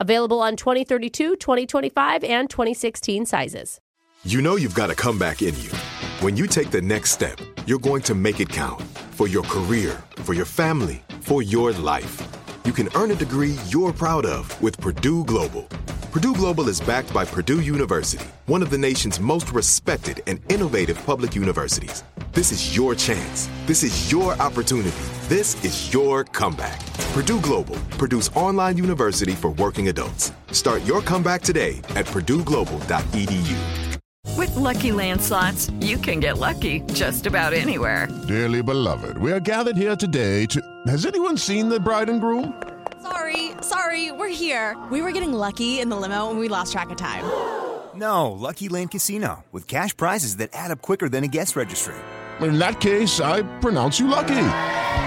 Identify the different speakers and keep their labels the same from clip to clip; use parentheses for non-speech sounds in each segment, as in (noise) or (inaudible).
Speaker 1: Available on 2032, 2025, and 2016 sizes.
Speaker 2: You know you've got a comeback in you. When you take the next step, you're going to make it count for your career, for your family, for your life. You can earn a degree you're proud of with Purdue Global. Purdue Global is backed by Purdue University, one of the nation's most respected and innovative public universities. This is your chance. This is your opportunity. This is your comeback. Purdue Global, Purdue's online university for working adults. Start your comeback today at purdueglobal.edu.
Speaker 3: With Lucky Land slots, you can get lucky just about anywhere.
Speaker 4: Dearly beloved, we are gathered here today to. Has anyone seen the bride and groom?
Speaker 5: Sorry, sorry, we're here. We were getting lucky in the limo and we lost track of time.
Speaker 6: No, Lucky Land Casino, with cash prizes that add up quicker than a guest registry.
Speaker 4: In that case, I pronounce you lucky.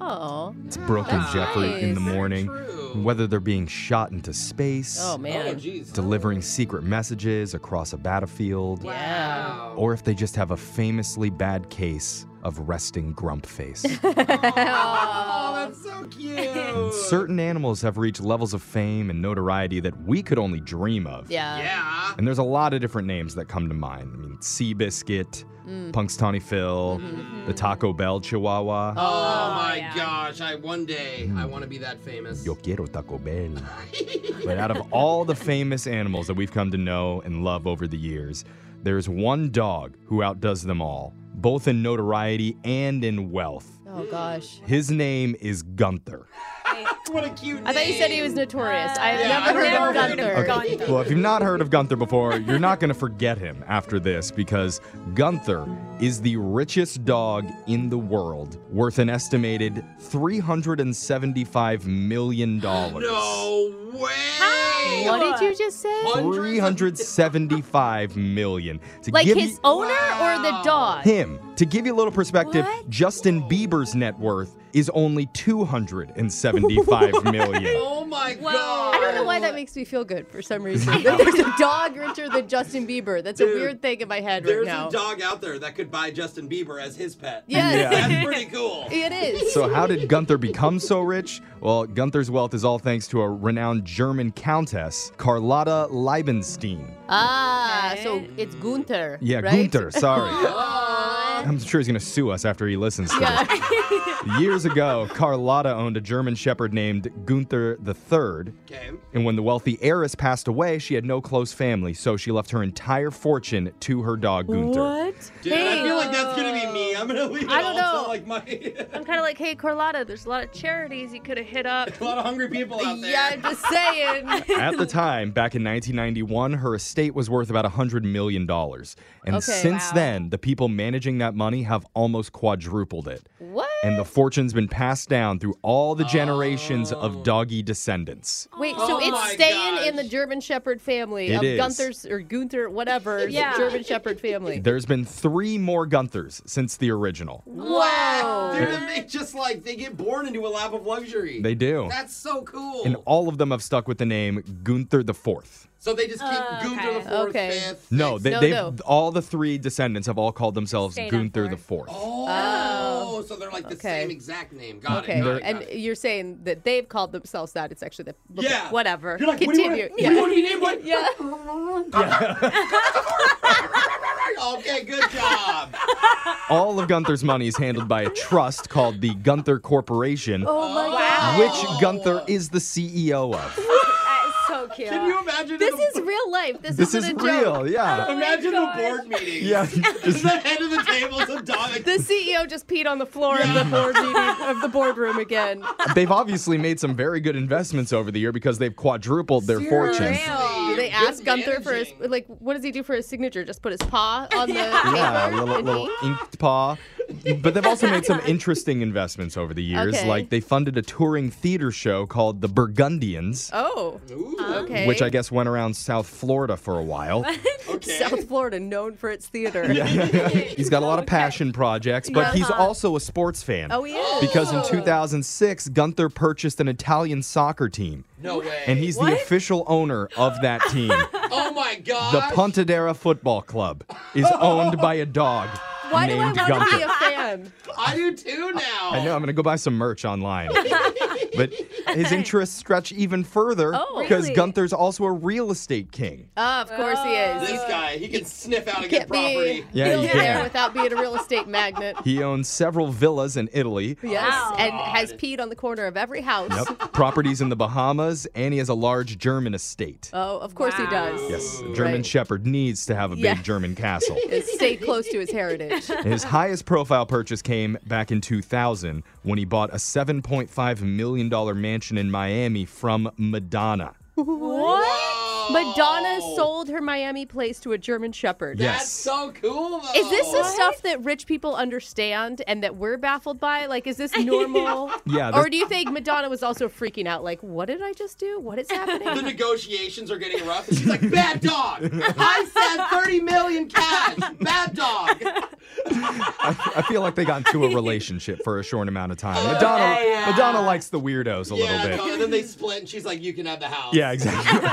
Speaker 1: Oh,
Speaker 7: It's Brooke and Jeffrey in the
Speaker 1: nice.
Speaker 7: morning, whether they're being shot into space,
Speaker 1: oh man.
Speaker 7: delivering secret messages across a battlefield, or if they just have a famously bad case of resting
Speaker 1: (laughs)
Speaker 7: grump face. And Certain animals have reached levels of fame and notoriety that we could only dream of.
Speaker 1: Yeah.
Speaker 7: And there's a lot of different names that come to mind. I mean, Seabiscuit, Punxsutawney Phil, the Taco Bell Chihuahua.
Speaker 8: Oh, my gosh! I one day I want to be that famous.
Speaker 7: Yo quiero Taco Bell. but out of all the famous animals that we've come to know and love over the years, there's one dog who outdoes them all, both in notoriety and in wealth.
Speaker 1: Oh gosh.
Speaker 7: His name is Gunther.
Speaker 8: What a cute
Speaker 1: I thought you said he was notorious. I've
Speaker 8: Yeah,
Speaker 1: never heard
Speaker 8: I've
Speaker 1: of
Speaker 8: never heard
Speaker 1: Gunther.
Speaker 8: of
Speaker 7: Okay. Well, if you've not heard of Gunther before, you're not going to forget him after this because Gunther is the richest dog in the world, worth an estimated $375
Speaker 1: (gasps)
Speaker 7: million.
Speaker 8: No way!
Speaker 1: What did you just say?
Speaker 7: 375 million. To
Speaker 1: Like
Speaker 7: give
Speaker 1: his
Speaker 7: you,
Speaker 1: owner or the dog?
Speaker 7: him. To give you a little perspective,
Speaker 1: What?
Speaker 7: Justin Bieber's net worth is only
Speaker 1: (laughs)
Speaker 7: 275 million.
Speaker 8: Oh my god!
Speaker 1: I don't know why that makes me feel good for some (laughs) reason. That There's a dog richer than Justin Bieber. That's a
Speaker 8: Dude,
Speaker 1: weird thing in my head right
Speaker 8: There's
Speaker 1: now.
Speaker 8: a dog out there that could buy Justin Bieber as his pet.
Speaker 1: Yes. Yeah.
Speaker 8: (laughs) that's pretty cool.
Speaker 1: It is.
Speaker 7: So how did Gunther become so rich? Well, Gunther's wealth is all thanks to a renowned German countess, Carlotta Liebenstein.
Speaker 1: ah, so it's Gunther.
Speaker 7: Yeah,
Speaker 1: right? Uh-huh.
Speaker 7: Gunther, sorry. I'm sure he's going to sue us after he listens to this.
Speaker 1: (laughs) Yeah.
Speaker 7: Years ago, Carlotta owned a German shepherd named Gunther III.
Speaker 8: Okay.
Speaker 7: And when the wealthy heiress passed away, she had no close family, so she left her entire fortune to her dog Gunther.
Speaker 1: what?
Speaker 8: Dude, I feel like that's gonna be me. I'm gonna leave it
Speaker 1: I don't
Speaker 8: all
Speaker 1: know.
Speaker 8: to like my (laughs)
Speaker 9: I'm kind of like, hey, Carlotta, there's a lot of charities you could have hit up.
Speaker 8: (laughs) a lot of hungry people out there.
Speaker 1: (laughs) Yeah, I'm just saying.
Speaker 7: At the time, back in 1991, her estate was worth about $100 million. And
Speaker 1: Okay,
Speaker 7: since
Speaker 1: wow.
Speaker 7: then, the people managing that money have almost quadrupled it.
Speaker 1: (laughs) what?
Speaker 7: And the fortune's been passed down through all the generations
Speaker 1: Oh.
Speaker 7: of doggy descendants.
Speaker 1: Wait, so
Speaker 8: Oh
Speaker 1: it's
Speaker 8: my
Speaker 1: staying in the
Speaker 8: gosh.
Speaker 1: German Shepherd family
Speaker 7: It
Speaker 1: of
Speaker 7: is.
Speaker 1: Gunther's or Gunther, whatever,
Speaker 9: Yeah.
Speaker 1: German Shepherd
Speaker 7: (laughs)
Speaker 1: family.
Speaker 7: There's been three more Gunthers since the original.
Speaker 1: Wow.
Speaker 8: Dude, and they just like they get born into a lap of luxury.
Speaker 7: They do.
Speaker 8: That's so cool.
Speaker 7: And all of them have stuck with the name Gunther the Fourth.
Speaker 8: so they just keep Gunther the fourth,
Speaker 1: Okay.
Speaker 8: fifth.
Speaker 7: No,
Speaker 8: sixth.
Speaker 7: they,
Speaker 1: No,
Speaker 7: they've
Speaker 1: no.
Speaker 7: all the three descendants have all called themselves Gunther the Fourth.
Speaker 8: Oh, so they're like the
Speaker 1: Okay.
Speaker 8: same exact name. Got
Speaker 1: Okay,
Speaker 8: it. Got it, got
Speaker 1: and
Speaker 8: it.
Speaker 1: you're saying that they've called themselves that. It's actually the okay,
Speaker 8: Yeah.
Speaker 1: whatever.
Speaker 8: You're like,
Speaker 1: Continue.
Speaker 10: (laughs)
Speaker 8: What do you want, what do you want to be named? What?
Speaker 1: yeah. yeah.
Speaker 8: (laughs) Okay, good job.
Speaker 7: All of Gunther's money is handled by a trust called the Gunther Corporation,
Speaker 1: Oh my
Speaker 8: Wow.
Speaker 1: god.
Speaker 10: Oh.
Speaker 7: which Gunther is the CEO of.
Speaker 10: That is so cute.
Speaker 8: Can you imagine?
Speaker 10: This
Speaker 8: in a-
Speaker 10: is real life. This,
Speaker 7: This is
Speaker 10: isn't a joke.
Speaker 7: real, yeah.
Speaker 8: (laughs) Imagine
Speaker 10: Oh
Speaker 8: the
Speaker 10: my
Speaker 8: board meeting.
Speaker 7: Yeah.
Speaker 8: Just the head of the table is a dog.
Speaker 10: The CEO just peed on the floor of the board meeting of the boardroom
Speaker 8: (laughs)
Speaker 10: again.
Speaker 7: (laughs) They've obviously made some very good investments over the year because they've quadrupled their fortune.
Speaker 10: Real. They asked Gunther for his
Speaker 8: managing.
Speaker 10: like, what does he do for his signature? Just put his
Speaker 8: (laughs)
Speaker 10: paw on the
Speaker 7: Yeah, a
Speaker 10: paper.
Speaker 7: little,
Speaker 10: and
Speaker 7: little
Speaker 10: he-
Speaker 7: inked paw. But they've also made some interesting investments over the years.
Speaker 10: Okay.
Speaker 7: Like they funded a touring theater show called The Burgundians,
Speaker 10: Oh, okay.
Speaker 7: which I guess went around South Florida for
Speaker 10: (laughs)
Speaker 7: a while.
Speaker 8: Okay.
Speaker 10: South Florida, known for its theater.
Speaker 7: he's got a lot of passion projects, but he's also a sports fan.
Speaker 10: Uh-huh. Oh, he is.
Speaker 7: Because in 2006, Gunther purchased an Italian soccer team,
Speaker 10: (laughs)
Speaker 8: No way.
Speaker 7: and he's the official owner of that team.
Speaker 8: Oh my god.
Speaker 7: The Pontedera Football Club is owned by a dog
Speaker 10: (laughs) Why do I
Speaker 7: named
Speaker 10: want to
Speaker 7: Gunther.
Speaker 10: be a fan?
Speaker 8: I do too now.
Speaker 7: I know. I'm going to go buy some
Speaker 10: (laughs)
Speaker 7: merch online. but his interests stretch even further
Speaker 10: Oh.
Speaker 7: because
Speaker 10: Really?
Speaker 7: Gunther's also a real estate king.
Speaker 10: Oh, of course he is.
Speaker 8: This
Speaker 10: You
Speaker 8: guy, he can sniff out a good
Speaker 10: can't be
Speaker 8: property.
Speaker 7: Yeah,
Speaker 10: built
Speaker 7: you
Speaker 10: there
Speaker 7: can.
Speaker 10: without being a real estate magnet.
Speaker 7: He owns several villas in Italy.
Speaker 10: Oh. Yes, and has peed on the corner of every house.
Speaker 7: Yep. Properties in the Bahamas, and he has a large German estate.
Speaker 10: Oh, of course he does.
Speaker 7: yes, a German
Speaker 10: Right.
Speaker 7: Shepherd needs to have a big
Speaker 10: Yeah.
Speaker 7: German castle.
Speaker 10: Stay close to his
Speaker 9: (laughs)
Speaker 10: heritage.
Speaker 7: His highest profile purchase came back in 2000 when he bought a $7.5 million mansion in Miami from Madonna.
Speaker 10: What?
Speaker 8: Oh,
Speaker 10: Madonna sold her Miami place to a German shepherd.
Speaker 7: Yeah.
Speaker 8: That's so cool though.
Speaker 10: Is this the stuff that rich people understand and that we're baffled by? Like, is this
Speaker 9: (laughs)
Speaker 10: normal?
Speaker 7: Yeah,
Speaker 10: Or
Speaker 7: this-
Speaker 10: do you think Madonna was also freaking out? Like, what did I just do? What is
Speaker 7: (laughs)
Speaker 8: the
Speaker 10: happening?
Speaker 8: negotiations are getting rough. And she's like, bad dog. I said 30 million cash. Bad dog.
Speaker 7: I, I feel like they got into a
Speaker 8: (laughs)
Speaker 7: relationship for a short amount of time. Madonna, Madonna likes the weirdos a
Speaker 8: Oh, yeah.
Speaker 7: little
Speaker 8: no,
Speaker 7: bit.
Speaker 8: and then they split, and she's like, you can have the house.
Speaker 7: Yeah, exactly.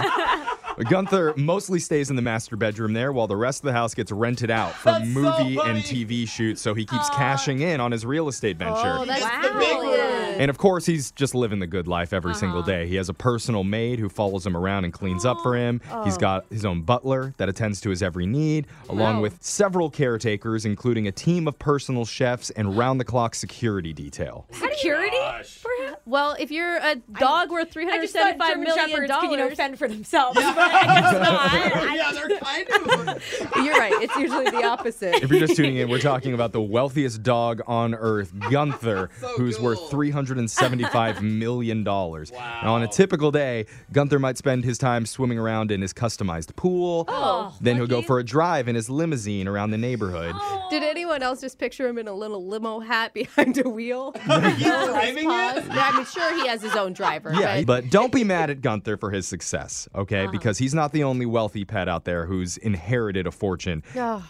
Speaker 7: (laughs) Gunther mostly stays in the master bedroom there while the rest of the house gets rented out for
Speaker 8: That's so
Speaker 7: movie
Speaker 8: funny.
Speaker 7: and TV shoots, so he keeps cashing in on his real estate venture.
Speaker 10: Oh, that's
Speaker 8: Wow. the big
Speaker 10: brilliant.
Speaker 7: and of course, he's just living the good life every single day. He has a personal maid who follows him around and cleans up for him. He's got his own butler that attends to his every need, along with several caretakers, including a team of personal chefs and round the clock security detail.
Speaker 10: Security?
Speaker 8: (laughs)
Speaker 10: Well, if you're a dog worth three I
Speaker 9: I
Speaker 10: hundred
Speaker 9: just thought
Speaker 10: seventy-five
Speaker 9: German
Speaker 10: million
Speaker 9: shepherds
Speaker 10: dollars,
Speaker 9: could, you know, fend for themselves.
Speaker 8: yeah, they're kind of.
Speaker 10: (laughs)
Speaker 8: (laughs)
Speaker 10: you're right. It's
Speaker 9: (laughs)
Speaker 10: usually the opposite.
Speaker 7: If you're just tuning in, we're talking about the wealthiest dog on earth, Gunther,
Speaker 8: So
Speaker 7: who's worth
Speaker 8: cool.
Speaker 7: $375 million. Wow. on a typical day, Gunther might spend his time swimming around in his customized pool.
Speaker 10: Oh,
Speaker 7: then he'll go for a drive in his limousine around the neighborhood.
Speaker 10: Did anyone else just picture him in a little limo hat (laughs) behind a wheel?
Speaker 8: He's driving it.
Speaker 10: No, I mean, sure, he has his own driver.
Speaker 7: Yeah,
Speaker 10: but,
Speaker 7: but don't be mad at Gunther for his success, okay? Because he's not the only wealthy pet out there who's inherited a fortune.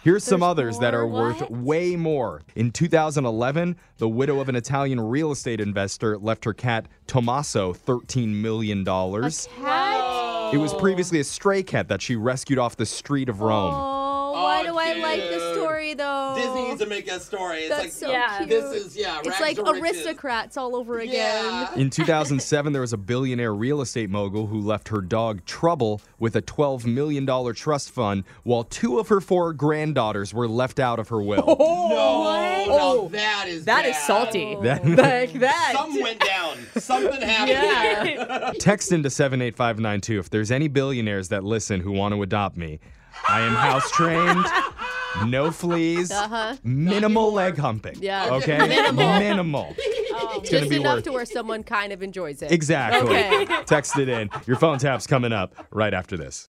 Speaker 7: Here's some others that are worth way more. In 2011, the widow of an Italian real estate investor left her cat Tommaso $13 million. It was previously a stray cat that she rescued off the street of Rome.
Speaker 10: Oh, why
Speaker 8: Oh,
Speaker 10: do I like this
Speaker 8: dude.
Speaker 10: story though?
Speaker 8: Disney needs to make a story. It's
Speaker 10: That's
Speaker 8: like
Speaker 10: so
Speaker 8: yeah.
Speaker 10: cute.
Speaker 8: this is yeah.
Speaker 10: it's
Speaker 8: rags
Speaker 10: like
Speaker 8: to riches.
Speaker 10: aristocrats all over again.
Speaker 8: Yeah.
Speaker 7: In 2007, there was a billionaire real estate mogul who left her dog Trouble with a $12 million trust fund while two of her four granddaughters were left out of her will.
Speaker 8: Oh, No, no, that is
Speaker 10: Oh, That is
Speaker 8: bad.
Speaker 10: salty.
Speaker 7: That-
Speaker 10: Like (laughs) that.
Speaker 8: Some went down.
Speaker 10: (laughs)
Speaker 8: Something happened.
Speaker 10: yeah. (laughs)
Speaker 7: Text into 78592 if there's any billionaires that listen who want to adopt me. I am house trained. No fleas, minimal leg humping.
Speaker 10: Uh-huh. Yeah.
Speaker 7: Okay?
Speaker 10: Minimal.
Speaker 7: Minimal. It's gonna
Speaker 10: Just
Speaker 7: be
Speaker 10: enough
Speaker 7: worth
Speaker 10: to where someone kind of enjoys it.
Speaker 7: Exactly.
Speaker 10: Okay.
Speaker 7: Text it in. Your phone tap's coming up right after this.